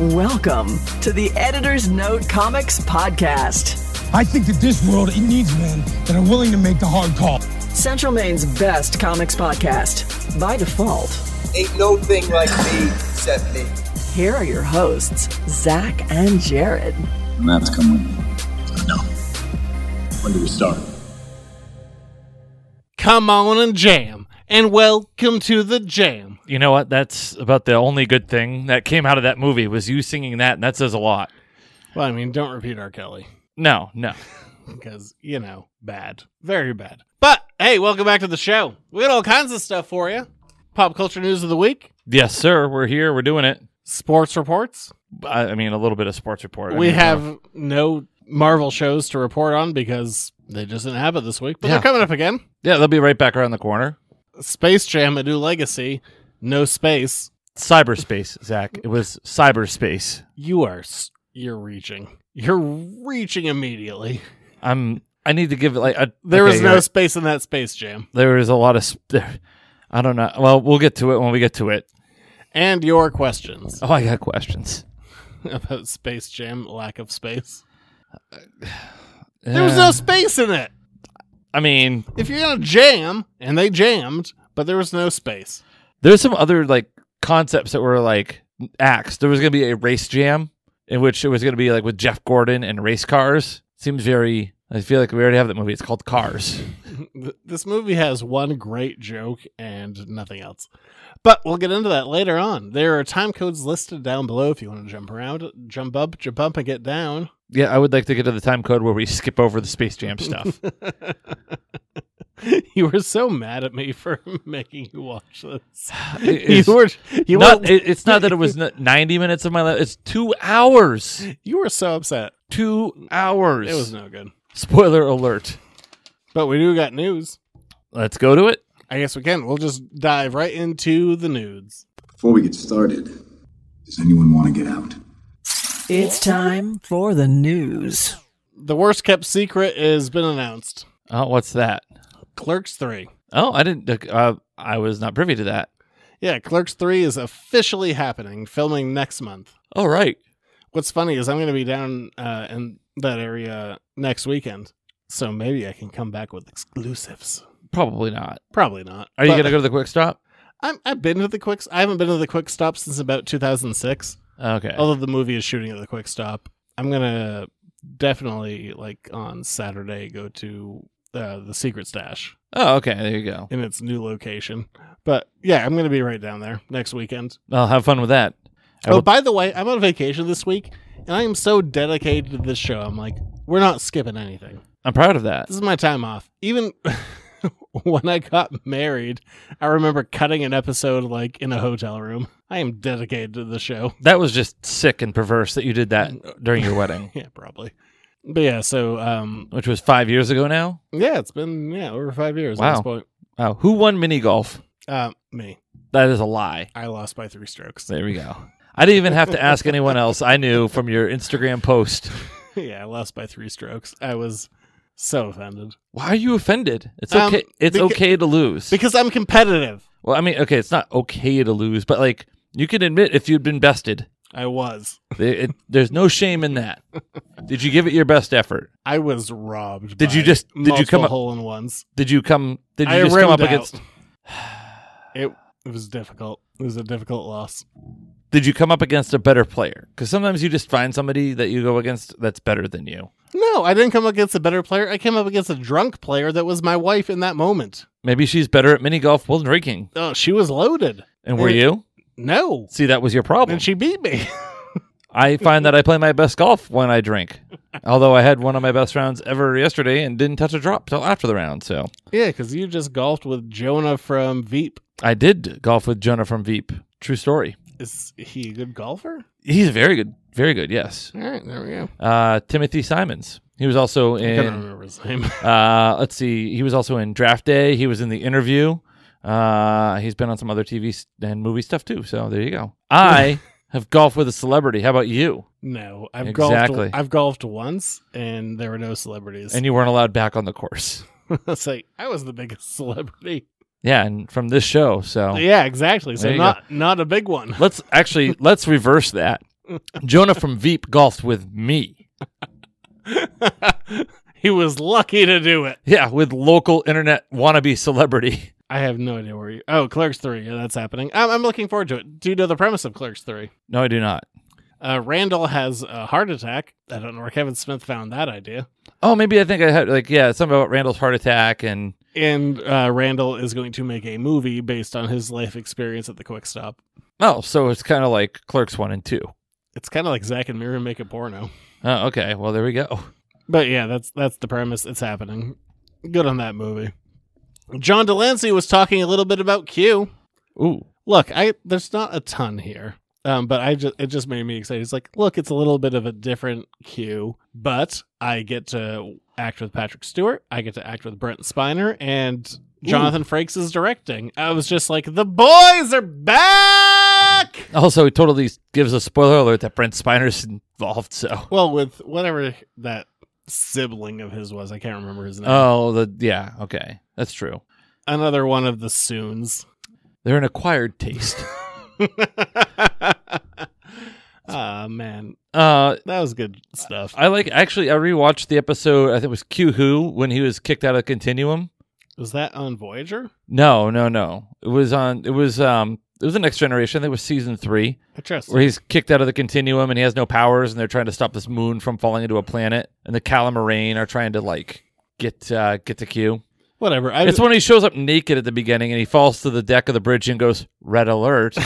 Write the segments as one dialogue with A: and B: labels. A: Welcome to the Editor's Note Comics Podcast,
B: I think that this world it needs men that are willing to make the hard call.
A: Central Maine's best comics podcast. By default,
C: Ain't no thing like me, except me.
A: here are your hosts, Zach and Jared.
D: Maps come with me. No. When do we start?
E: come on and jam and welcome to the jam
F: you know what? That's about the only good thing that came out of that movie was you singing that, and that says a lot.
E: well i mean don't repeat r kelly
F: No, no.
E: because you know bad very bad but hey welcome back to the show we got all kinds of stuff for you pop culture news of the week
F: Yes, sir. We're here. We're doing it.
E: sports reports
F: I, I mean, a little bit of sports report. I
E: we
F: mean,
E: have no marvel shows to report on because they just didn't have it this week but
F: Yeah.
E: they're coming up again
F: Yeah, they'll be right back around the corner.
E: space jam a new legacy no space
F: Cyberspace, Zach. It was cyberspace.
E: you are s- you're reaching you're reaching immediately
F: I'm. I need to give it like a.
E: There
F: okay,
E: was
F: you're
E: no
F: right.
E: space in that space jam
F: There was a lot of. Sp- there- I don't know. Well, we'll get to it when we get to it.
E: and your questions
F: Oh, I got questions.
E: about Space Jam lack of space. There was
F: Uh,
E: no space in it.
F: I mean,
E: If you're gonna jam, and they jammed, but there was no space.
F: There's some other like concepts that were like acts. There was going to be a race jam in which it was going to be like with Jeff Gordon and race cars. Seems very. I feel like we already have that movie. It's called Cars.
E: Th- This movie has one great joke and nothing else. But we'll get into that later on. There are time codes listed down below if you want to jump around, jump up, jump up, and get down.
F: Yeah, I would like to get to the time code where we skip over the Space Jam stuff.
E: you were so mad at me for making you watch this.
F: It's
E: you were you
F: not,
E: were
F: it- it's not that it was n- 90 minutes of my life. It's two hours.
E: you were so upset.
F: Two hours.
E: It was no good.
F: Spoiler alert.
E: But we do got news.
F: Let's go to it.
E: I guess we can. We'll just dive right into the nudes.
D: Before we get started, does anyone want to get out?
A: It's time for the news.
E: The worst kept secret has been announced.
F: Oh, what's that?
E: Clerks 3.
F: Oh, I didn't. Uh, I was not privy to that.
E: Yeah, Clerks 3 is officially happening, filming next month.
F: All Oh, right.
E: What's funny is I'm going to be down uh, in that area next weekend, so maybe I can come back with exclusives.
F: Probably not.
E: Probably not.
F: Are you
E: But
F: going to go to the quick stop?
E: I'm, I've been to the quick. I haven't been to the quick stop since about 2006.
F: Okay.
E: Although the movie is shooting at the quick stop, I'm gonna definitely like on Saturday go to uh, the secret stash.
F: Oh, okay. There you go.
E: in its new location. But yeah, I'm going to be right down there next weekend.
F: I'll have fun with that. I
E: oh,
F: will-
E: by the way, I'm on vacation this week, and I am so dedicated to this show. I'm like, we're not skipping anything.
F: I'm proud of that.
E: This is my time off. Even when I got married, I remember cutting an episode like in a hotel room. I am dedicated to the show.
F: That was just sick and perverse that you did that during your wedding,
E: Yeah, probably. But yeah, so um,
F: which was five years ago now.
E: yeah, it's been yeah over five years at this
F: Wow.
E: point.
F: Wow. Who won mini golf?
E: Uh, me,
F: That is a lie.
E: I lost by three strokes.
F: There we go. I didn't even have to ask anyone else. I knew from your Instagram post.
E: yeah, I lost by three strokes. I was so offended.
F: Why are you offended? It's
E: Um,
F: okay. it's
E: beca-
F: okay to lose.
E: Because I'm competitive.
F: well, I mean, okay, it's not okay to lose, but like you can admit if you'd been bested.
E: I was.
F: It- it- there's no shame in that. Did you give it your best effort?
E: I was robbed.
F: Did you
E: by
F: just- did you
E: multiple
F: come up-
E: hole in ones?
F: Did you come? Did you
E: I
F: just come
E: rimmed
F: up
E: out.
F: against?
E: It it was difficult. It was a difficult loss.
F: did you come up against a better player? Because sometimes you just find somebody that you go against that's better than you.
E: No, I didn't come up against a better player. I came up against a drunk player that was my wife in that moment.
F: Maybe she's better at mini golf while drinking.
E: Oh, she was loaded.
F: And were
E: And-
F: you?
E: No,
F: See, that was your problem.
E: and she beat me.
F: I find that I play my best golf when I drink. Although I had one of my best rounds ever yesterday and didn't touch a drop till after the round. So
E: yeah, because you just golfed with Jonah from Veep.
F: I did golf with Jonah from Veep. True story.
E: Is he a good golfer?
F: He's very good. Very good. Yes.
E: All right, there we go.
F: Uh, Timothy Simons. He was also
E: I
F: in.
E: couldn't remember his name.
F: Uh, let's see. He was also in Draft Day. He was in the interview. Uh, he's been on some other TV s- and movie stuff too. So there you go. I have golfed with a celebrity. How about you?
E: No, I've
F: Exactly.
E: golfed. I've golfed once, and there were no celebrities.
F: And you weren't allowed back on the course.
E: it's like I was the biggest celebrity.
F: Yeah, and from this show. So
E: Yeah, exactly. So
F: There you
E: not not a big one.
F: let's actually let's reverse that. Jonah from Veep golfed with me.
E: he was lucky to do it.
F: Yeah, with local internet wannabe celebrity.
E: I have no idea where you. Oh, Clerks 3. Yeah, that's happening. I'm, I'm looking forward to it. Do you know the premise of Clerks 3?
F: No, I do not.
E: Uh, Randall has a heart attack. I don't know where Kevin Smith found that idea.
F: Oh, maybe I think I had like yeah, something about Randall's heart attack and
E: And uh, Randall is going to make a movie based on his life experience at the Quick Stop.
F: oh, so it's kind of like Clerks one and two.
E: It's kind of like Zack and Miriam make a porno.
F: Oh, okay, well there we go.
E: But yeah, that's that's the premise. It's happening. Good on that movie. John Delancey was talking a little bit about Q.
F: Ooh,
E: Look, I there's not a ton here. Um, but I just it just made me excited. It's like, look, it's a little bit of a different cue, but I get to act with Patrick Stewart, I get to act with Brent Spiner, and Jonathan Frakes is directing. I was just like, the boys are back.
F: also it totally gives a spoiler alert that Brent Spiner's involved. So
E: Well, with whatever that sibling of his was, I can't remember his name.
F: oh, the yeah, okay, that's true.
E: Another one of the Soons.
F: They're an acquired taste.
E: Ah man,
F: uh,
E: that was good stuff.
F: I like actually I rewatched the episode I think it was Q Who when he was kicked out of Continuum.
E: Was that on Voyager?
F: No, no, no. It was on it was um it was the next generation, I think it was season three,
E: Interesting.
F: where he's kicked out of the continuum and he has no powers and they're trying to stop this moon from falling into a planet and the Calamarain are trying to like get uh get to Q.
E: Whatever. I,
F: It's when he shows up naked at the beginning and he falls to the deck of the bridge and goes, Red alert.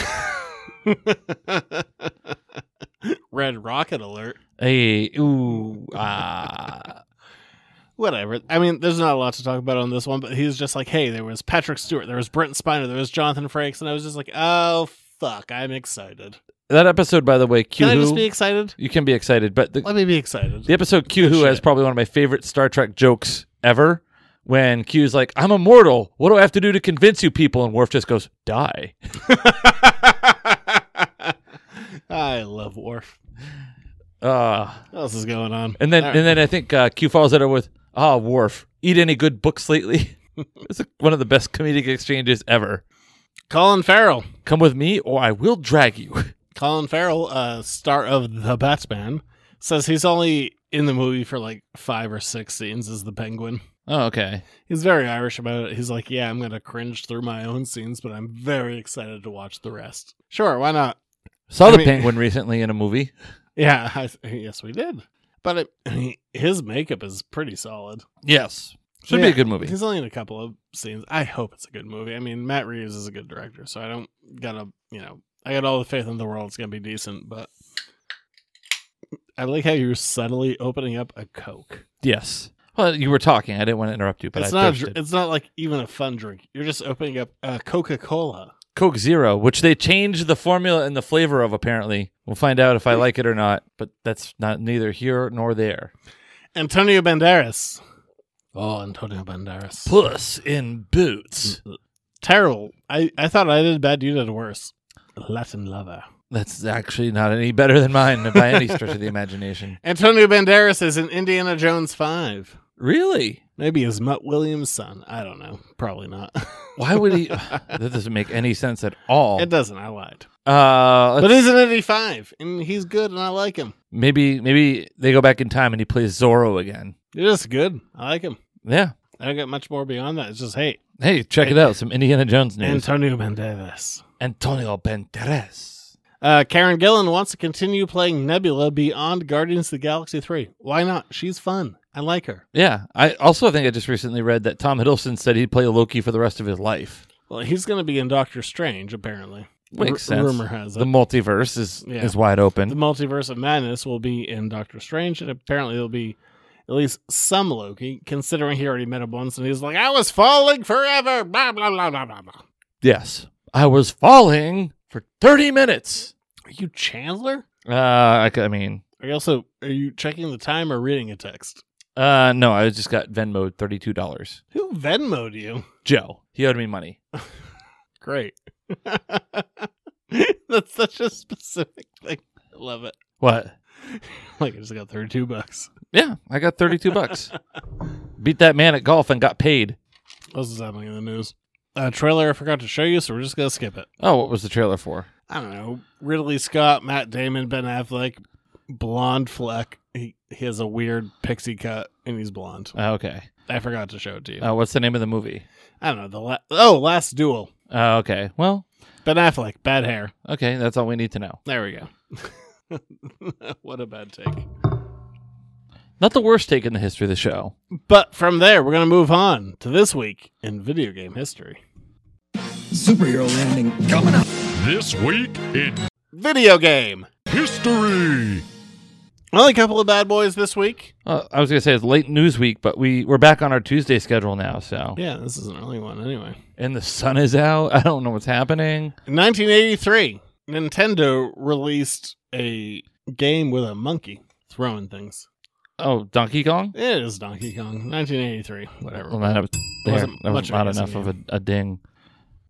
E: Red rocket alert. Uh,
F: hey, ooh, ah.
E: Whatever. I mean, there's not a lot to talk about on this one, but he's just like, hey, there was Patrick Stewart, there was Brent Spiner, there was Jonathan Frakes, and I was just like, oh fuck, I'm excited.
F: That episode, by the way, Q
E: Can I just
F: Who.
E: be excited?
F: you can be excited, but the,
E: Let me be excited.
F: The episode Q Who has probably one of my favorite Star Trek jokes ever. When Q's like, I'm immortal. What do I have to do to convince you people? And Worf just goes, die.
E: I love Worf.
F: Uh,
E: What else is going on?
F: and then
E: All right.
F: and then I think uh, Q follows it up with, ah, Worf, eat any good books lately? it's like one of the best comedic exchanges ever.
E: Colin Farrell.
F: Come with me or I will drag you.
E: Colin Farrell, uh, star of The Batman, says he's only in the movie for like five or six scenes as the Penguin.
F: oh, okay.
E: He's very Irish about it. He's like, yeah, I'm going to cringe through my own scenes, but I'm very excited to watch the rest. Sure, why not?
F: Saw
E: I
F: the
E: mean-
F: penguin recently in a movie.
E: Yeah, I, yes, we did. But it, I mean, his makeup is pretty solid.
F: Yes. Should be
E: Yeah,
F: a good movie.
E: He's only in a couple of scenes. I hope it's a good movie. I mean, Matt Reeves is a good director, so I don't gotta, you know, I got all the faith in the world it's gonna be decent. But I like how you're subtly opening up a Coke.
F: Yes. Well, you were talking. I didn't want to interrupt you, but
E: it's
F: I
E: not. a
F: thirsted.
E: dr- it's not like even a fun drink. You're just opening up a Coca Cola.
F: Coke Zero, which they changed the formula and the flavor of apparently. We'll find out if I like it or not, but that's not neither here nor there.
E: Antonio Banderas. Oh, Antonio Banderas.
F: Puss in boots.
E: Terrible. I I thought I did bad. You did worse. Latin lover.
F: That's actually not any better than mine by any stretch of the imagination.
E: Antonio Banderas is in Indiana Jones Five.
F: Really?
E: Maybe his Mutt Williams son. I don't know. Probably not.
F: Why would he? that doesn't make any sense at all.
E: it doesn't. I lied.
F: Uh,
E: But
F: let's-
E: he's an Indy 5, and he's good, and I like him.
F: maybe maybe they go back in time and he plays Zorro again.
E: He's just good. I like him.
F: Yeah.
E: I don't get much more beyond that. It's just, hey,
F: Hey, check it out. Some Indiana Jones news.
E: Antonio Banderas.
F: Antonio Banderas.
E: Uh, Karen Gillan wants to continue playing Nebula beyond Guardians of the Galaxy 3. Why not? She's fun. I like her.
F: Yeah, I also think I just recently read that Tom Hiddleston said he'd play Loki for the rest of his life.
E: Well, he's going to be in Doctor Strange, apparently.
F: Makes
E: R-
F: sense.
E: Rumor has it.
F: The multiverse is
E: Yeah.
F: is wide
E: the
F: open.
E: multiverse of madness will be in Doctor Strange, and apparently there'll be at least some Loki, considering he already met him once and he's like, I was falling forever, blah blah blah blah blah blah.
F: yes, I was falling for thirty minutes.
E: Are you Chandler?
F: Uh, I, c- I mean,
E: Are you also are you checking the time or reading a text?
F: uh, no, I just got Venmoed thirty two dollars.
E: Who Venmoed you?
F: Joe, he owed me money.
E: Great. That's such a specific thing. I love it.
F: What?
E: Like I just got thirty two bucks.
F: Yeah, I got thirty two bucks. Beat that man at golf and got paid.
E: What else is happening in the news? a trailer I forgot to show you, so we're just gonna skip it.
F: Oh, what was the trailer for?
E: I don't know. Ridley Scott, Matt Damon, Ben Affleck, blonde Fleck. He he has a weird pixie cut and he's blonde.
F: Oh, okay.
E: I forgot to show it to you.
F: Uh, what's the name of the movie?
E: I don't know. The la- oh, Last Duel.
F: Oh, okay. Well,
E: Ben Affleck, bad hair.
F: okay. That's all we need to know.
E: There we go. what a bad take.
F: Not the worst take in the history of the show.
E: But from there, we're gonna move on to this week in video game history.
D: Superhero landing coming up.
G: This week in
E: Video game.
G: history.
E: Only a couple of bad boys this week.
F: Uh, I was gonna say it's late news week, but we we're back on our Tuesday schedule now. So
E: Yeah, this is an early one anyway.
F: and the sun is out. I don't know what's happening.
E: In 1983, Nintendo released a game with a monkey throwing things.
F: Oh, Donkey Kong.
E: It is Donkey Kong, 1983, whatever.
F: Well, that was, there.
E: Wasn't
F: That was
E: much of
F: not
E: a guess
F: enough of a,
E: again.
F: a ding.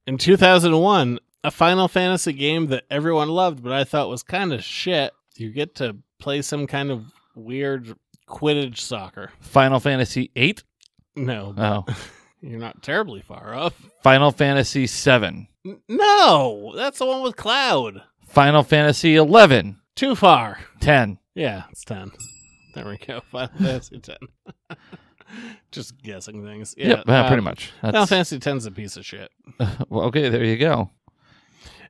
E: In 2001, a Final Fantasy game that everyone loved but I thought was kind of shit. You get to play some kind of weird Quidditch soccer.
F: Final Fantasy Eight.
E: No,
F: Oh,
E: you're not terribly far off.
F: Final Fantasy Seven.
E: N- No, that's the one with Cloud.
F: Final Fantasy Eleven.
E: Too far.
F: Ten.
E: Yeah, it's 10. There we go. Final Fantasy 10. Just guessing things. Yeah,
F: yep. uh,
E: um,
F: pretty much.
E: Final
F: That's,
E: Fantasy 10's a piece of shit.
F: well, okay. There you go.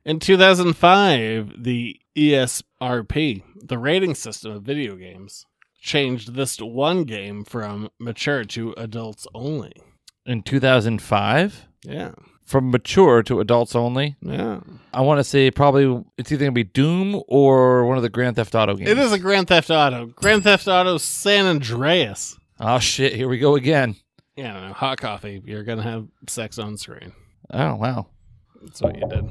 E: In 2005, the E ESRP, the rating system of video games, changed this one game from mature to adults only.
F: In 2005,
E: Yeah.
F: from mature to adults only.
E: Yeah.
F: I want to say probably it's either gonna be Doom or one of the Grand Theft Auto games.
E: It is a Grand Theft Auto. Grand Theft Auto San Andreas.
F: Oh shit! Here we go again.
E: Yeah, I don't know, hot coffee. You're going to have sex on screen.
F: Oh wow.
E: That's what you did.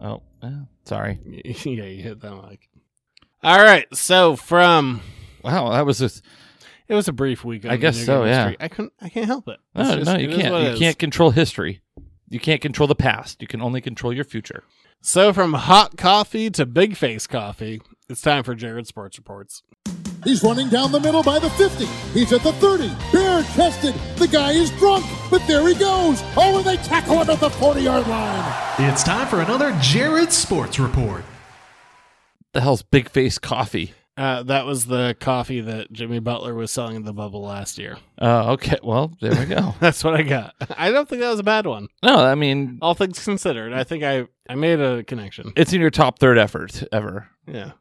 F: Oh, eh, sorry.
E: yeah, you hit that mic. All right, so from
F: Wow, that was just.
E: it was a brief week. on
F: I guess
E: video
F: so,
E: game
F: yeah.
E: history. I couldn't. I can't help it. It's
F: No,
E: just-
F: no, you
E: it is what
F: can't.
E: it
F: You
E: is.
F: can't control history. You can't control the past. You can only control your future.
E: So from hot coffee to big face coffee, it's time for Jared Sports Reports.
H: He's running down the middle by the 50. He's at the 30. Bare chested. The guy is drunk, but there he goes. Oh, and they tackle him at the 40 yard line.
I: It's time for another Jared Sports Report.
F: The hell's big face coffee?
E: Uh, that was the coffee that Jimmy Butler was selling in the bubble last year.
F: Uh, okay, well there we go.
E: That's what I got. I don't think that was a bad one.
F: no, I mean
E: All things considered, I think I I made a connection.
F: it's in your top third effort ever.
E: Yeah,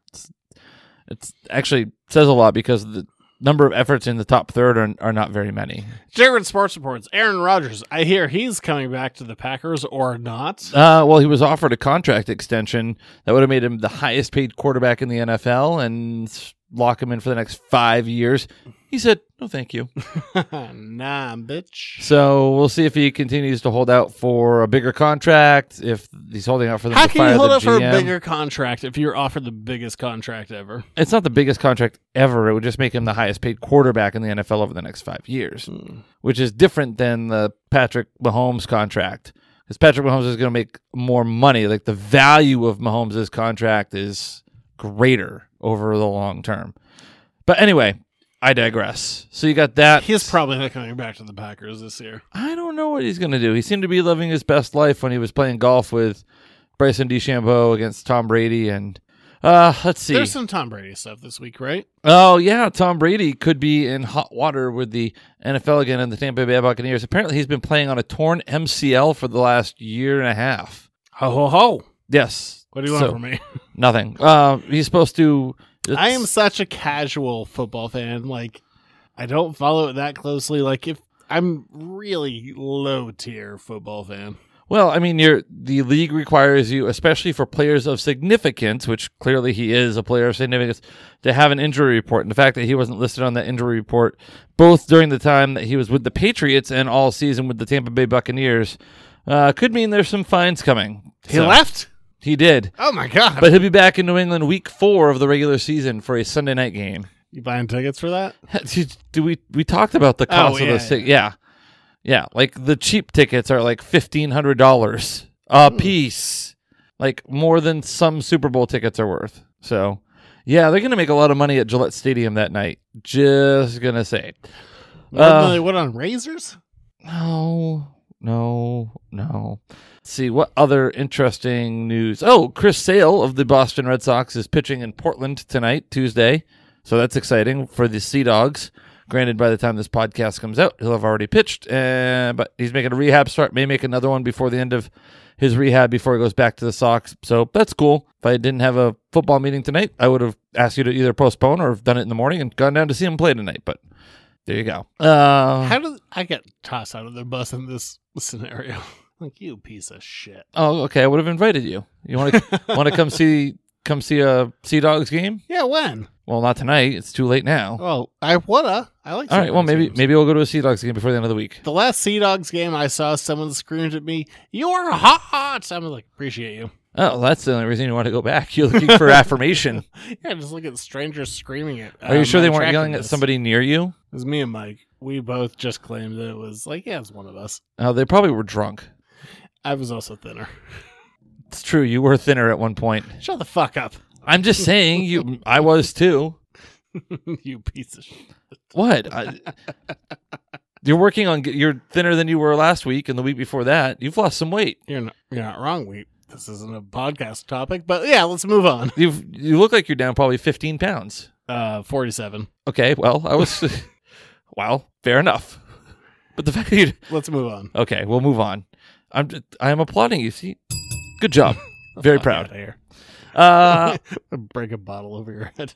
F: It's actually says a lot because the number of efforts in the top third are, are not very many.
E: Jared Sports Reports. Aaron Rodgers. I hear he's coming back to the Packers or not.
F: Uh, well, he was offered a contract extension that would have made him the highest paid quarterback in the NFL and s- lock him in for the next five years. He said, "No, thank you."
E: nah, bitch.
F: So we'll see if he continues to hold out for a bigger contract. If he's holding out for them
E: How
F: to
E: can
F: fire
E: you hold
F: the
E: up for a
F: GM.
E: bigger contract if you're offered the biggest contract ever?
F: It's not the biggest contract ever. It would just make him the highest paid quarterback in the NFL over the next five years,
E: Hmm.
F: which is different than the Patrick Mahomes contract. Because Patrick Mahomes is going to make more money. Like the value of Mahomes' contract is greater over the long term. But anyway, I digress. So you got that.
E: He's probably not coming back to the Packers this year.
F: I don't know what he's going to do. He seemed to be living his best life when he was playing golf with Bryson DeChambeau against Tom Brady and uh let's see.
E: There's some Tom Brady stuff this week, right?
F: oh yeah, Tom Brady could be in hot water with the NFL again and the Tampa Bay Buccaneers. Apparently he's been playing on a torn MCL for the last year and a half.
E: Ho ho ho!
F: Yes.
E: What do you want
F: So,
E: from me?
F: Nothing. Uh, he's supposed to
E: I am such a casual football fan. Like, I don't follow it that closely. Like, if I'm really low tier football fan,
F: Well, I mean, you're, the league requires you, especially for players of significance, which clearly he is a player of significance, to have an injury report. And the fact that he wasn't listed on that injury report, both during the time that he was with the Patriots and all season with the Tampa Bay Buccaneers, uh, could mean there's some fines coming.
E: he
F: So,
E: left.
F: He did.
E: Oh my god!
F: But he'll be back in New England week four of the regular season for a Sunday night game.
E: you buying tickets for that?
F: Do we we talked about the cost
E: Oh, yeah,
F: of those tickets? Yeah. yeah, Like the cheap tickets are like fifteen hundred dollars
E: Hmm.
F: a piece, like more than some Super Bowl tickets are worth. So, yeah, they're gonna make a lot of money at Gillette Stadium that night. Just gonna say,
E: Uh,
F: Uh,
E: What, what on razors?
F: no, No, no. Let's see what other interesting news. Oh, Chris Sale of the Boston Red Sox is pitching in Portland tonight, Tuesday. So that's exciting for the Sea Dogs. Granted, by the time this podcast comes out, he'll have already pitched, uh, but he's making a rehab start. May make another one before the end of his rehab before he goes back to the Sox. So that's cool. If I didn't have a football meeting tonight, I would have asked you to either postpone or have done it in the morning and gone down to see him play tonight. But there you go. Uh,
E: How did I get tossed out of the bus in this scenario? like you piece of shit.
F: oh, okay. I would have invited you. You want to want to come see come see a Sea Dogs game?
E: Yeah, when?
F: Well, not tonight. It's too late now.
E: Well, I woulda. I like.
F: All right. Well,
E: Seahawks
F: maybe
E: games.
F: maybe we'll go to a Sea Dogs game before the end of the week.
E: the last Sea Dogs game I saw, someone screamed at me, "You're hot!" I was like, "Appreciate you."
F: Oh, that's the only reason you want to go back. You're looking for affirmation.
E: Yeah, just look at strangers screaming um, it.
F: Are you sure they weren't yelling at somebody near you?
E: It was me and Mike. We both just claimed that it was like, yeah, it's one of us.
F: Oh, they probably were drunk.
E: I was also thinner.
F: It's true. You were thinner at one point.
E: Shut the fuck up,
F: I'm just saying. You, I was too.
E: you piece of shit.
F: What? I, you're working on. get- You're thinner than you were last week and the week before that. You've lost some weight.
E: You're not, you're not wrong. We this isn't a podcast topic, but yeah, let's move on.
F: You've you look like you're down probably 15 pounds.
E: Uh, forty-seven.
F: Okay. Well, I was. well, fair enough. But the fact that you
E: Let's move on.
F: Okay, we'll move on. I'm just, I am applauding you. See, good job. Very
E: Outta
F: proud.
E: here.
F: Uh,
E: Break a bottle over your head.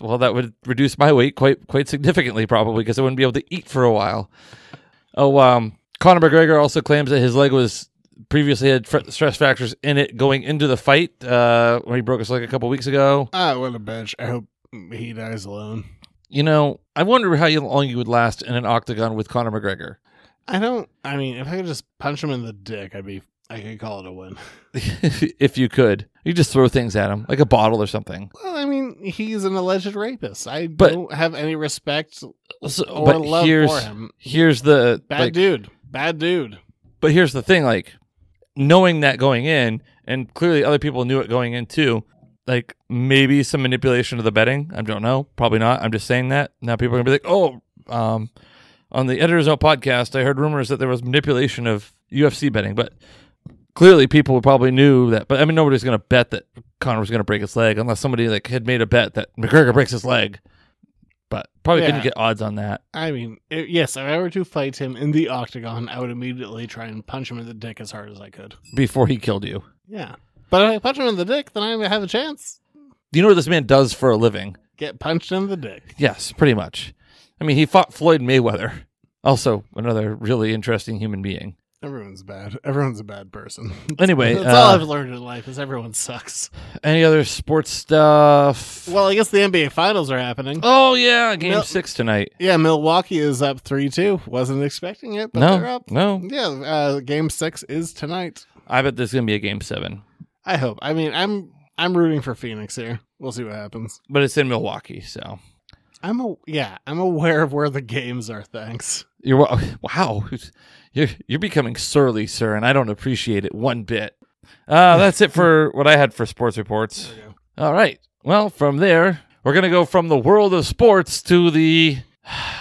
F: well, that would reduce my weight quite quite significantly, probably because I wouldn't be able to eat for a while. Oh, um, Conor McGregor also claims that his leg was previously had fr- stress fractures in it going into the fight uh, when he broke his leg a couple weeks ago.
E: Ah, what a bitch. I hope he dies alone.
F: You know, I wonder how you- long you would last in an octagon with Conor McGregor.
E: I don't. I mean, if I could just punch him in the dick, I'd be. I could call it a win.
F: if you could, you just throw things at him like a bottle or something.
E: Well, I mean, he's an alleged rapist. I
F: But-
E: don't have any respect
F: So,
E: or
F: but
E: love
F: here's
E: for him.
F: here's the
E: Bad
F: like,
E: dude. Bad dude.
F: But here's the thing, like knowing that going in, and clearly other people knew it going in too. Like maybe some manipulation of the betting. I don't know. Probably not. I'm just saying that. Now people are gonna be like, oh, um, on the Editor's Note podcast, I heard rumors that there was manipulation of UFC betting, but clearly people probably knew that. But I mean, nobody's gonna bet that Connor was gonna break his leg unless somebody like had made a bet that McGregor breaks his leg. But probably
E: Yeah.
F: couldn't get odds on that.
E: I mean, i yes, if I were to fight him in the octagon, I would immediately try and punch him in the dick as hard as I could.
F: before he killed you.
E: Yeah. But if I punch him in the dick, then I have a chance.
F: Do you know what this man does for a living?
E: Get punched in the dick.
F: Yes, pretty much. I mean, he fought Floyd Mayweather, also another really interesting human being.
E: Everyone's bad. Everyone's a bad person.
F: Anyway,
E: That's all
F: uh,
E: I've learned in life is everyone sucks.
F: Any other sports stuff?
E: Well, I guess the NBA finals are happening.
F: oh yeah, game
E: No.
F: six tonight.
E: Yeah, Milwaukee is up 3 2. Wasn't expecting it, but they're
F: No,
E: up.
F: no,
E: Yeah, uh, game six is tonight.
F: I bet there's gonna be a game seven,
E: I hope. I mean, I'm I'm rooting for Phoenix here. We'll see what happens.
F: but it's in Milwaukee, so
E: I'm a, yeah, I'm aware of where the games are. Thanks.
F: you're wa- wow, you're you're becoming surly, sir, and I don't appreciate it one bit. Uh, that's it for what I had for sports reports. All right. Well, from there, we're going to go from the world of sports to the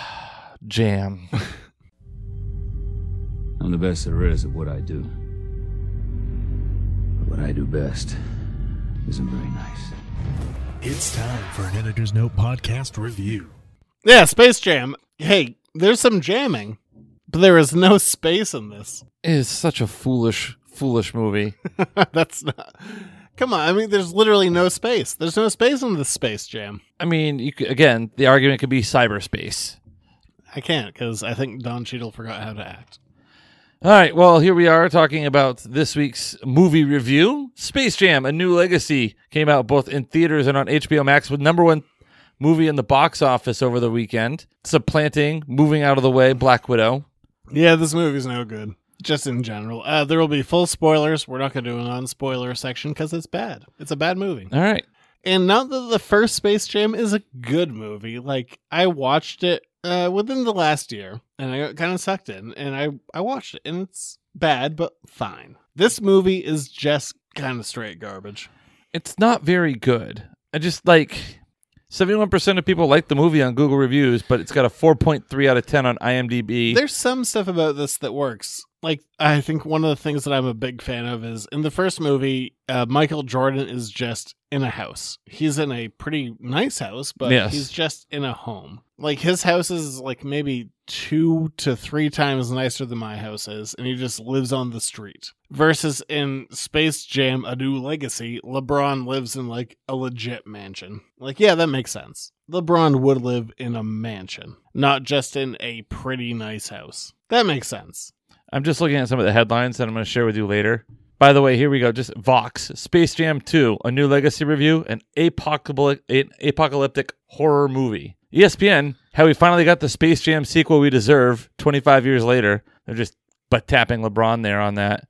F: jam.
D: I'm the best there is at what I do. But what I do best isn't very nice.
I: It's time for an Editor's Note podcast review.
E: Yeah, Space Jam. Hey, there's some jamming, but there is no space in this.
F: It is such a foolish, foolish movie.
E: That's not. Come on. I mean, there's literally no space. There's no space in this Space Jam.
F: I mean, you could, again, the argument could be cyberspace.
E: I can't because I think Don Cheadle forgot how to act.
F: All right. Well, here we are talking about this week's movie review. Space Jam: A New Legacy came out both in theaters and on HBO Max with number one movie in the box office over the weekend, supplanting, moving out of the way, Black Widow.
E: Yeah, this movie's no good. Just in general, uh, there will be full spoilers. We're not going to do a non-spoiler section because it's bad. It's a bad movie.
F: All right.
E: And not that the first Space Jam is a good movie. Like I watched it uh, within the last year, and I got kind of sucked in, and I I watched it, and it's bad but fine. This movie is just kind of straight garbage.
F: it's not very good. I just like 71% of people like the movie on Google reviews, but it's got a 4.3 out of 10 on IMDb.
E: There's some stuff about this that works. like I think one of the things that I'm a big fan of is in the first movie, uh, Michael Jordan is just in a house. He's in a pretty nice house, but
F: Yes.
E: he's just in a home. Like his house is like maybe two to three times nicer than my house is, and he just lives on the street. Versus in Space Jam: A New Legacy, LeBron lives in like a legit mansion. Like, yeah, that makes sense. LeBron would live in a mansion, not just in a pretty nice house. That makes sense.
F: I'm just looking at some of the headlines that I'm going to share with you later. By the way, here we go. Just Vox, Space Jam 2, a new legacy review, an apocalyptic, an apocalyptic horror movie. E ESPN, how we finally got the Space Jam sequel we deserve 25 years later. They're just butt tapping LeBron there on that.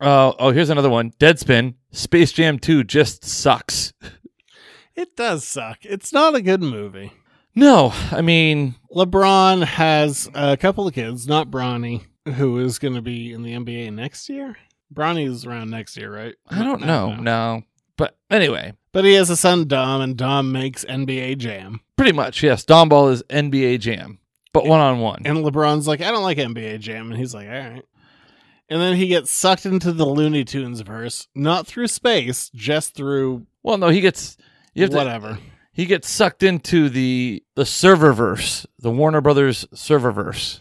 F: Uh, oh, here's another one Deadspin, Space Jam 2 just sucks.
E: It does suck. It's not a good movie.
F: No, I mean,
E: LeBron has a couple of kids, not Bronny, who is going to be in the NBA next year. Bronny's around next year, right?
F: I don't
E: No,
F: know.
E: no.
F: No. But anyway,
E: But he has a son, Dom, and Dom makes NBA Jam.
F: pretty much, yes. Don Ball is NBA Jam, but one on one.
E: And LeBron's like, I don't like NBA Jam. And he's like, all right. And then he gets sucked into the Looney Tunes verse, not through space, just through
F: Well, no, he gets you have to-
E: whatever.
F: he gets sucked into the the serververse, the Warner Brothers serververse.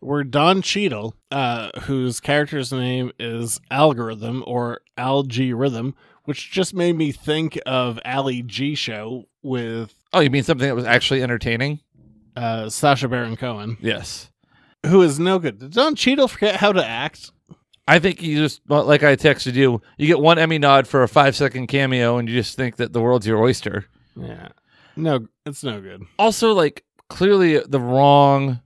E: where Don Cheadle, uh, whose character's name is Algorithm or Algae Rhythm, which just made me think of Ali G Show with
F: Oh, you mean something that was actually entertaining?
E: uh, Sasha Baron Cohen,
F: Yes,
E: who is no good. Did Don Cheadle forget how to act?
F: I think you just well, like I texted you. You get one Emmy nod for a five second cameo, and you just think that the world's your oyster.
E: Yeah, no, it's no good.
F: Also, like clearly the wrong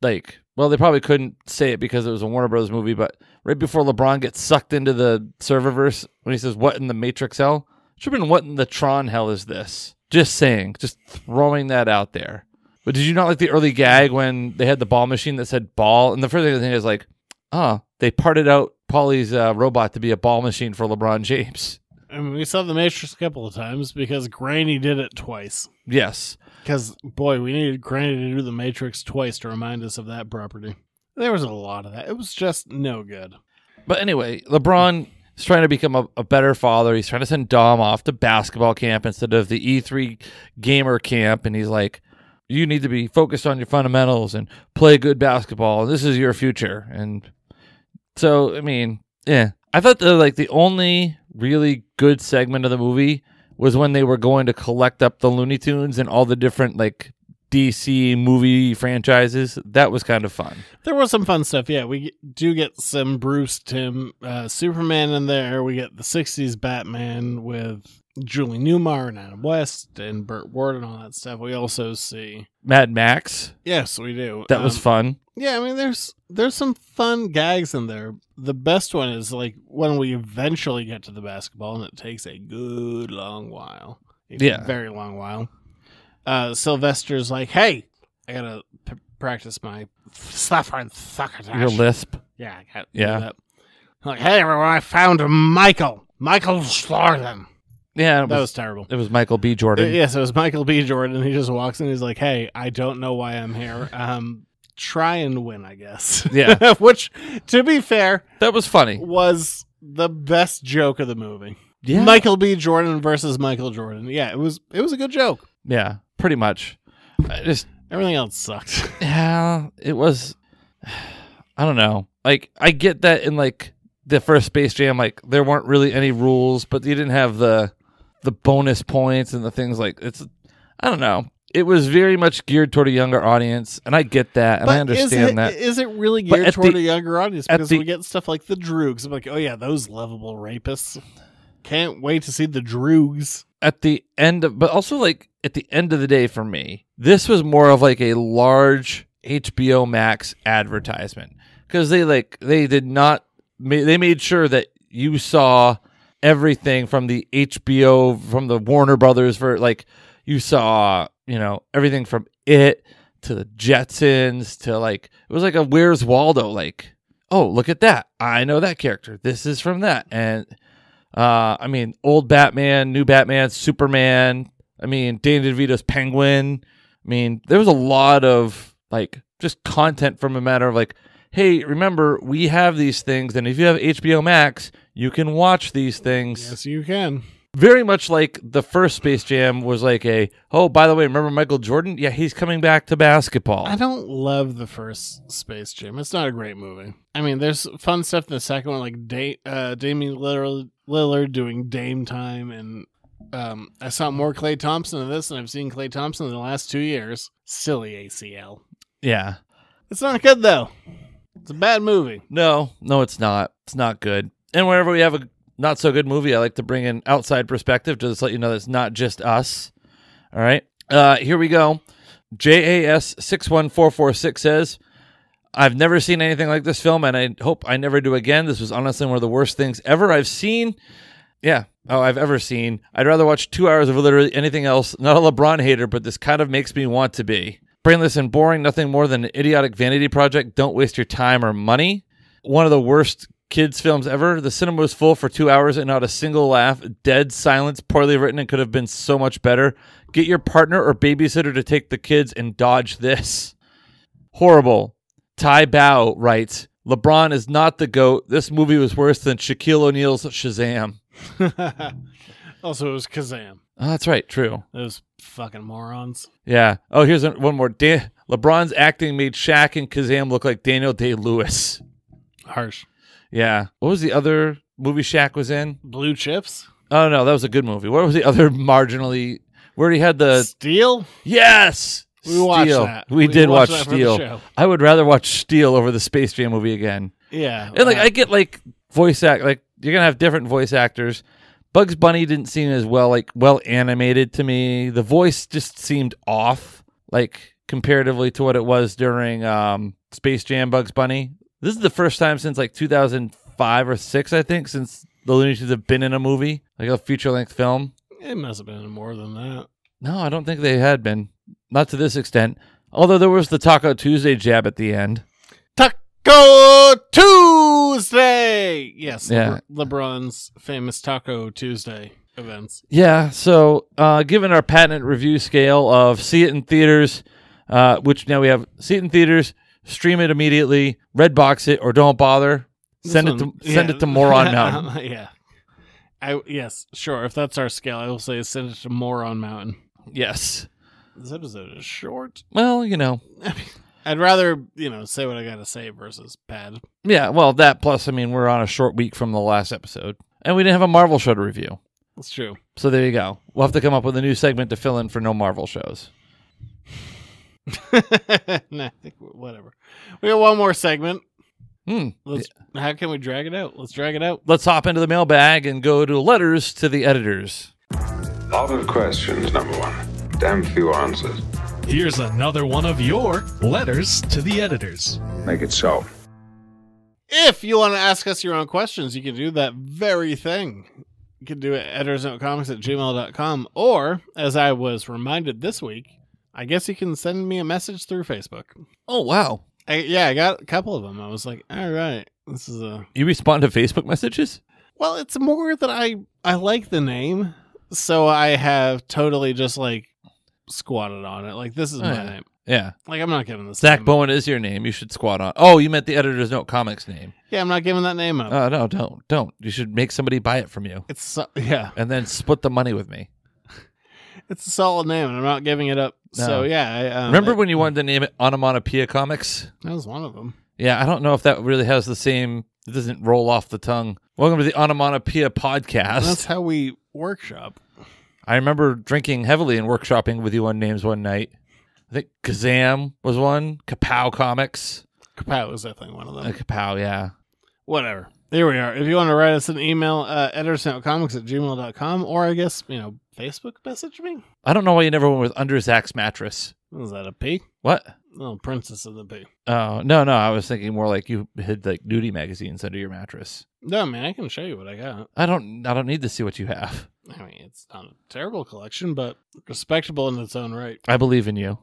F: like. Well, they probably couldn't say it because it was a Warner Brothers movie, but right before LeBron gets sucked into the serververse, when he says, "What in the Matrix hell?" Should have been, "What in the Tron hell is this?" Just saying, just throwing that out there. But did you not like the early gag when they had the ball machine that said "ball"? And the first thing I think is like, "Oh, they parted out Paulie's uh, robot to be a ball machine for LeBron James."
E: I mean, we saw The Matrix a couple of times because Granny did it twice.
F: Yes,
E: Because boy, we needed Granny to do The Matrix twice to remind us of that property. There was a lot of that. It was just no good.
F: But anyway, LeBron is trying to become a, a better father. He's trying to send Dom off to basketball camp instead of the E3 gamer camp. And he's like, you need to be focused on your fundamentals and play good basketball. This is your future. And so, I mean, yeah. I thought that like the only really good segment of the movie was when they were going to collect up the Looney Tunes and all the different like DC movie franchises. That was kind of fun.
E: There was some fun stuff. Yeah, we do get some Bruce Tim uh, Superman in there. We get the 60s Batman with Julie Newmar and Adam West and Burt Ward and all that stuff. We also see.
F: Mad Max.
E: Yes, we do.
F: That was
E: Um,
F: fun.
E: Yeah, I mean there's there's some fun gags in there. The best one is like when we eventually get to the basketball and it takes a good long while. A
F: Yeah.
E: Very long while. Uh Sylvester's like, "Hey, I got to p- practice my suffer and sucker
F: Your lisp.
E: Yeah, I got
F: Yeah.
E: that. Like, hey everyone, I found Michael. Michael Jordan.
F: Yeah, it
E: That
F: was,
E: was terrible. Uh,
F: it was Michael B. Jordan.
E: Yes, it was Michael B. Jordan. He just walks in. He's like, "Hey, I don't know why I'm here. Um, try and win, I guess."
F: Yeah.
E: Which, to be fair,
F: That was funny.
E: was the best joke of the movie.
F: Yeah,
E: Michael B. Jordan versus Michael Jordan. Yeah, it was. It was a good joke.
F: Yeah, pretty much. I just
E: Everything else sucked.
F: yeah, it was. I don't know. Like I get that in like the first Space Jam, like there weren't really any rules, but you didn't have the the bonus points and the things like it's. I don't know. It was very much geared toward a younger audience, and I get that, and I
E: is
F: understand
E: it,
F: that.
E: Is it really
F: But
E: geared
F: at
E: toward
F: the-
E: a younger audience?
F: at
E: Because
F: the-
E: we get stuff like the Droogs. I'm like, oh yeah, those lovable rapists. Can't wait to see the Droogs.
F: at the end of but also like at the end of the day for me this was more of like a large hbo max advertisement because they like they did not ma- they made sure that you saw everything from the hbo from the warner brothers for like you saw you know everything from it to the jetsons to like it was like a where's waldo like oh look at that i know that character this is from that and uh, I mean, old Batman, new Batman, Superman. I mean, Danny DeVito's Penguin. I mean, there was a lot of like just content from a matter of like, hey, remember, we have these things, and if you have HBO Max, you can watch these things.
E: Yes, you can.
F: Very much like the first Space Jam was like a, oh, by the way, remember Michael Jordan? Yeah, he's coming back to basketball.
E: I don't love the first Space Jam. It's not a great movie. I mean, there's fun stuff in the second one, like da- uh, Damien Lillard, Lillard doing Dame time, and um, I saw more Clay Thompson in this than I've seen Clay Thompson in the last two years. Silly ACL.
F: yeah.
E: It's not good though. It's a bad movie.
F: No, no, it's not. It's not good. And whenever we have a not so good movie, I like to bring an outside perspective to just let you know that it's not just us. All right. Uh, here we go. JAS 61446 says, I've never seen anything like this film, and I hope I never do again. This was honestly one of the worst things ever I've seen. Yeah. Oh, I've ever seen. I'd rather watch two hours of literally anything else. Not a LeBron hater, but this kind of makes me want to be. Brainless and boring, nothing more than an idiotic vanity project. Don't waste your time or money. One of the worst kids' films ever. The cinema was full for two hours and not a single laugh. Dead silence, poorly written, and could have been so much better. Get your partner or babysitter to take the kids and dodge this. Horrible. Ty Bao writes LeBron is not the GOAT. This movie was worse than Shaquille O'Neal's Shazam.
E: also, it was Kazam.
F: Oh, that's right. True.
E: Those fucking morons.
F: Yeah. Oh, here's an- one more. Dan- LeBron's acting made Shaq and Kazam look like Daniel Day Lewis.
E: Harsh.
F: Yeah. What was the other movie Shaq was in?
E: Blue chips.
F: Oh no, that was a good movie. What was the other marginally where he had the
E: Steel.
F: yes?
E: We watched
F: Steel.
E: that.
F: We,
E: We
F: did
E: watched
F: watch
E: that for the
F: Steel.
E: show.
F: I would rather watch Steel over the Space Jam movie again.
E: Yeah.
F: And like
E: uh,
F: I get like voice act like you're gonna have different voice actors. Bugs Bunny didn't seem as well like well animated to me. The voice just seemed off, like comparatively to what it was during um, Space Jam Bugs Bunny. This is the first time since like 2005 or six, I think, since the Looney Tunes have been in a movie, like a feature length film.
E: it must have been more than that.
F: No, I don't think they had been, not to this extent. Although there was the Taco Tuesday jab at the end.
E: Taco Tuesday. Yes,
F: Yeah.
E: Le- LeBron's famous Taco Tuesday events.
F: Yeah. So, uh, given our patent review scale of see it in theaters, uh, which now we have see it in theaters, stream it immediately, red box it, or don't bother.
E: This
F: Send it
E: one-
F: to send
E: yeah.
F: it to Moron Mountain.
E: yeah. I yes, sure. If that's our scale, I will say send it to Moron Mountain.
F: yes.
E: This episode is short.
F: Well, you know.
E: I'd rather, you know, say what I gotta say versus bad.
F: Yeah. Well, that plus, I mean, we're on a short week from the last episode, and we didn't have a Marvel show to review.
E: That's true.
F: So there you go. We'll have to come up with a new segment to fill in for no Marvel shows.
E: nah, I think w- whatever. We got one more segment.
F: Hmm.
E: Let's. How can we drag it out? Let's drag it out.
F: Let's hop into the mailbag and go to letters to the editors.
J: Lot of questions, number one. Damn few answers.
I: Here's another one of your letters to the editors.
J: Make it so.
E: If you want to ask us your own questions, you can do that very thing. You can do it at editorsnotecomics at gmail.com, or as I was reminded this week, I guess you can send me a message through Facebook.
F: Oh wow.
E: I, yeah, I got a couple of them. I was like, all right, this is a
F: You respond to Facebook messages?
E: Well, it's more that I I like the name, so I have totally just like squatted on it. Like this is my
F: yeah.
E: name.
F: Yeah.
E: Like I'm not giving this
F: Zach
E: name up.
F: Bowen is your name. You should squat on. Oh, you meant the editor's note comics name.
E: Yeah, I'm not giving that name up.
F: Oh no, don't, don't. You should make somebody buy it from you,
E: it's so, yeah,
F: and then split the money with me.
E: it's a solid name, and I'm not giving it up. So
F: No.
E: yeah, I, um,
F: Remember
E: I-
F: when you wanted to name it Onomatopoeia Comics?
E: that was one of them.
F: Yeah, I don't know if that really has the same. It doesn't roll off the tongue. Welcome to the Onomatopoeia podcast.
E: That's how we workshop.
F: I remember drinking heavily and workshopping with you on names one night. I think Kazam was one. Kapow Comics.
E: Kapow is that thing one of them.
F: Uh, Kapow, yeah.
E: Whatever. Here we are. If you want to write us an email, uh, editorsnotecomics at gmail.com, or I guess, you know, Facebook message me?
F: I don't know why you never went with Under Zach's Mattress.
E: Is that a P?
F: What?
E: Oh, Princess of the P.
F: Oh no, no! I was thinking more like you hid like nudie magazines under your mattress.
E: No, man, I can show you what I got.
F: I don't, I don't need to see what you have.
E: I mean, it's not a terrible collection, but respectable in its own right.
F: I believe in you.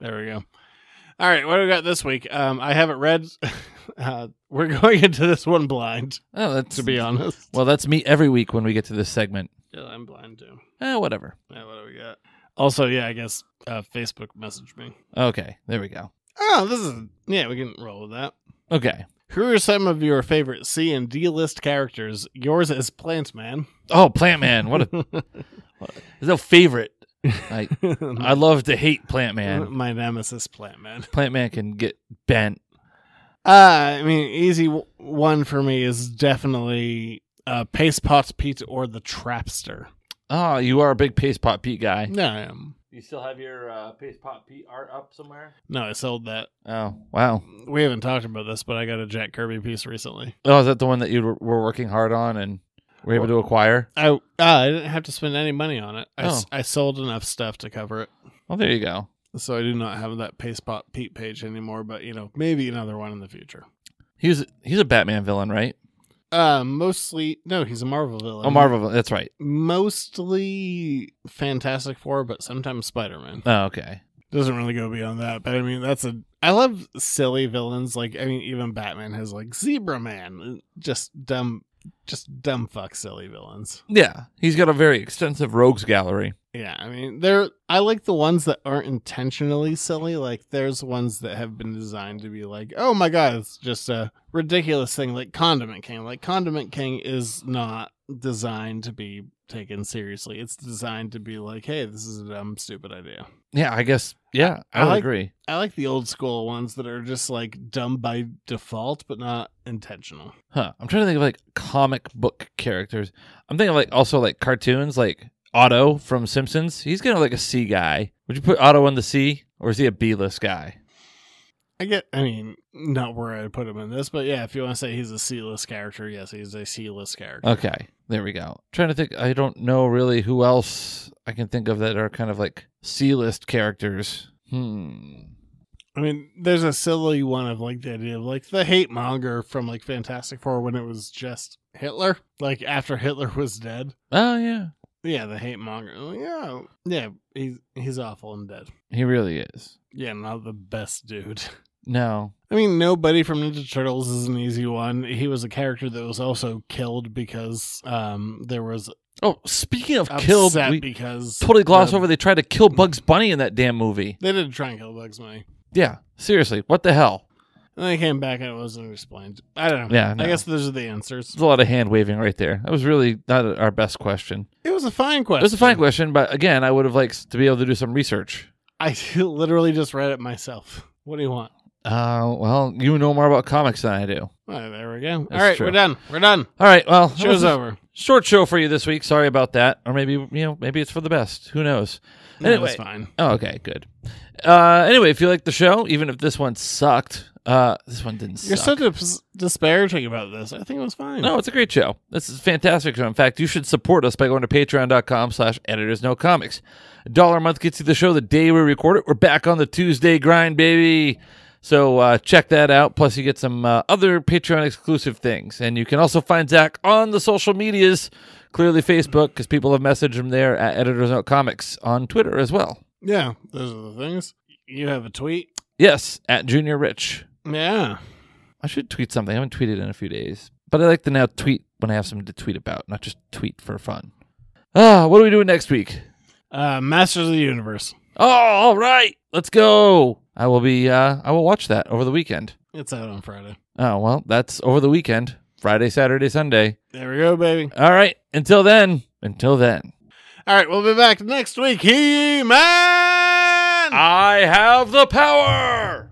E: There we go. All right, what do we got this week? Um, I haven't read. Uh, we're going into this one blind,
F: Oh, that's
E: to be honest.
F: Well, that's me every week when we get to this segment.
E: Yeah, I'm blind too.
F: Eh, whatever.
E: Yeah, what do we got? Also, yeah, I guess uh, Facebook messaged me.
F: Okay, there we go.
E: Oh, this is yeah. We can roll with that.
F: Okay.
E: Who are some of your favorite C and D list characters? Yours is Plant Man.
F: Oh, Plant Man. What a It's a favorite. I I love to hate Plant Man.
E: My nemesis, Plant Man.
F: Plant Man can get bent.
E: Uh, I mean, easy w- one for me is definitely uh, Paste Pots Pete or the Trapster.
F: Oh, you are a big paste pot Pete guy.
E: No, I am.
F: You still have your uh, paste pot Pete art up somewhere?
E: No, I sold that.
F: Oh wow.
E: We haven't talked about this, but I got a Jack Kirby piece recently.
F: Oh, is that the one that you were- were working hard on and were able to acquire?
E: I uh, I didn't have to spend any money on it. I, s-
F: Oh.
E: I sold enough stuff to cover it.
F: Oh, there you go.
E: So I do not have that Paste Pot Pete page anymore, but you know, maybe another one in the future.
F: He's he's a Batman villain, right?
E: Uh, mostly no, he's a Marvel villain.
F: Oh, Marvel. villain. That's right.
E: Mostly Fantastic Four, but sometimes Spider Man.
F: Oh, okay.
E: Doesn't really go beyond that, but I mean, that's a. I love silly villains. Like I mean, even Batman has like Zebra Man, just dumb, just dumb fuck silly villains.
F: Yeah, he's got a very extensive rogues gallery.
E: Yeah, I mean, there. I like the ones that aren't intentionally silly. Like there's ones that have been designed to be like, oh my god, it's just a ridiculous thing. Like Condiment King. Like Condiment King is not designed to be taken seriously. It's designed to be like, hey, this is a dumb, stupid idea.
F: Yeah, I guess. Yeah, I,
E: I
F: would
E: like-
F: agree.
E: I like the old school ones that are just like dumb by default, but not intentional.
F: Huh. I'm trying to think of like comic book characters. I'm thinking of like also like cartoons, like Otto from Simpsons. He's kind of like a C guy. Would you put Otto on the C, or is he a B list guy?
E: I get, I mean, not where I put him in this, but yeah, if you want to say he's a C list character, yes, he's a C list character.
F: Okay, there we go. Trying to think. I don't know really who else I can think of that are kind of like C list characters. Hmm.
E: I mean, there's a silly one of like the idea of like the hate monger from like Fantastic Four when it was just Hitler, like after Hitler was dead.
F: Oh yeah,
E: Yeah, the hate monger. Yeah, yeah, he's he's awful and dead.
F: he really is.
E: Yeah, not the best dude.
F: No.
E: I mean, nobody from Ninja Turtles is an easy one. He was a character that was also killed because um there was
F: Oh, speaking of
E: upset
F: killed, we
E: because
F: totally gloss
E: the-
F: over. They tried to kill Bugs Bunny in that damn movie.
E: They didn't try and kill Bugs Bunny.
F: Yeah, seriously, what the hell?
E: And they came back and it wasn't explained. I don't know.
F: Yeah, no.
E: I guess those are the answers.
F: There's a lot of hand waving right there. That was really not our best question.
E: It was a fine question.
F: It was a fine question, but again, I would have liked to be able to do some research.
E: I literally just read it myself. What do you want?
F: Uh, well, you know more about comics than I do.
E: Well, there we go.
F: That's
E: All right,
F: true.
E: we're done. We're done.
F: All right, well, that was
E: Show's
F: a
E: over.
F: Short show for you this week. Sorry about that, or maybe you know, maybe it's for the best. Who knows?
E: That's
F: Anyway,
E: fine.
F: Oh, okay, good. Uh, anyway, if you like the show, even if this one sucked, uh, this one didn't.
E: You're
F: suck.
E: so dis- disparaging about this. I think it was fine.
F: No, it's a great show. This is a fantastic show. In fact, you should support us by going to patreon.com slash editors no comics. A dollar a month gets you the show the day we record it. We're back on the Tuesday grind, baby. So uh, check that out. Plus, you get some uh, other Patreon exclusive things. And you can also find Zach on the social medias, clearly Facebook, because people have messaged him there at editors no comics on Twitter as well.
E: Yeah, those are the things. You have a tweet.
F: Yes, at Junior Rich.
E: Yeah.
F: I should tweet something. I haven't tweeted in a few days, but I like to now tweet when I have something to tweet about, not just tweet for fun. Ah, what are we doing next week?
E: Uh, Masters of the Universe.
F: Oh, all right, let's go. I will be. Uh, I will watch that over the weekend.
E: It's out on Friday.
F: Oh well, that's over the weekend. Friday, Saturday, Sunday.
E: There we go, baby.
F: All right. Until then. Until then.
E: All right, we'll be back next week. He Man!
F: I have the power.